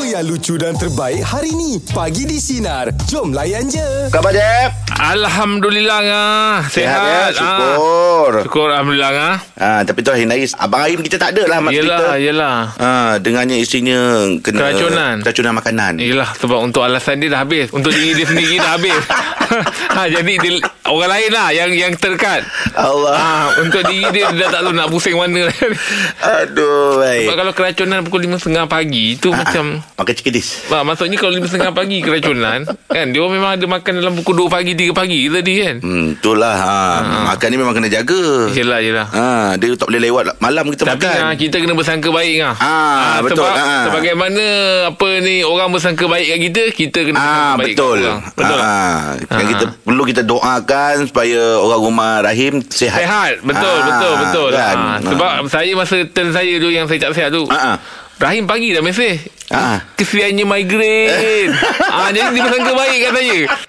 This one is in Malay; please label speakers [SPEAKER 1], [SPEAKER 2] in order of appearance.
[SPEAKER 1] yang lucu dan terbaik hari ni. Pagi di Sinar. Jom layan je.
[SPEAKER 2] Khabar Jeb?
[SPEAKER 3] Alhamdulillah ngah.
[SPEAKER 2] Sehat ya?
[SPEAKER 3] Sehat. ah.
[SPEAKER 2] Syukur.
[SPEAKER 3] Syukur alhamdulillah ngah.
[SPEAKER 2] Ha, tapi tu hari Nais. Abang Aim kita tak ada lah mak
[SPEAKER 3] Yelah,
[SPEAKER 2] kita.
[SPEAKER 3] yelah.
[SPEAKER 2] Ha, dengannya istrinya kena
[SPEAKER 3] Keracunan.
[SPEAKER 2] keracunan makanan.
[SPEAKER 3] Yelah sebab untuk alasan dia dah habis Untuk diri dia sendiri dah habis ha, Jadi dia, orang lain lah yang, yang terkat
[SPEAKER 2] Allah.
[SPEAKER 3] ha, Untuk diri dia dia dah tak tahu nak pusing mana
[SPEAKER 2] Aduh,
[SPEAKER 3] Sebab
[SPEAKER 2] baik. Ah,
[SPEAKER 3] kalau keracunan pukul 5.30 pagi Itu macam
[SPEAKER 2] Makan cikedis.
[SPEAKER 3] Bah, maksudnya kalau 5.30 pagi keracunan kan dia orang memang ada makan dalam pukul 2 pagi 3 pagi tadi kan.
[SPEAKER 2] Hmm, itulah. Ha. Makan ni memang kena jaga.
[SPEAKER 3] Ah. Yelah yelah.
[SPEAKER 2] Ha, dia tak boleh lewat lah. malam kita
[SPEAKER 3] Tapi
[SPEAKER 2] makan.
[SPEAKER 3] ah, kita kena bersangka baik ah.
[SPEAKER 2] Ah, betul,
[SPEAKER 3] Sebab
[SPEAKER 2] ah.
[SPEAKER 3] sebagaimana apa ni orang bersangka baik kat kita, kita kena bersangka
[SPEAKER 2] Ah
[SPEAKER 3] baik
[SPEAKER 2] betul.
[SPEAKER 3] kat orang. Betul. tak?
[SPEAKER 2] Ah,
[SPEAKER 3] Ah.
[SPEAKER 2] kita perlu kita doakan supaya orang rumah rahim sihat.
[SPEAKER 3] Sehat betul
[SPEAKER 2] Ah,
[SPEAKER 3] betul betul.
[SPEAKER 2] Kan?
[SPEAKER 3] Ah, sebab saya masa turn saya tu yang saya tak sihat tu.
[SPEAKER 2] Ah, ah.
[SPEAKER 3] Rahim pagi dah mesej.
[SPEAKER 2] Ah.
[SPEAKER 3] Kesiannya migraine. ah jadi dia bersangka baik kat saya.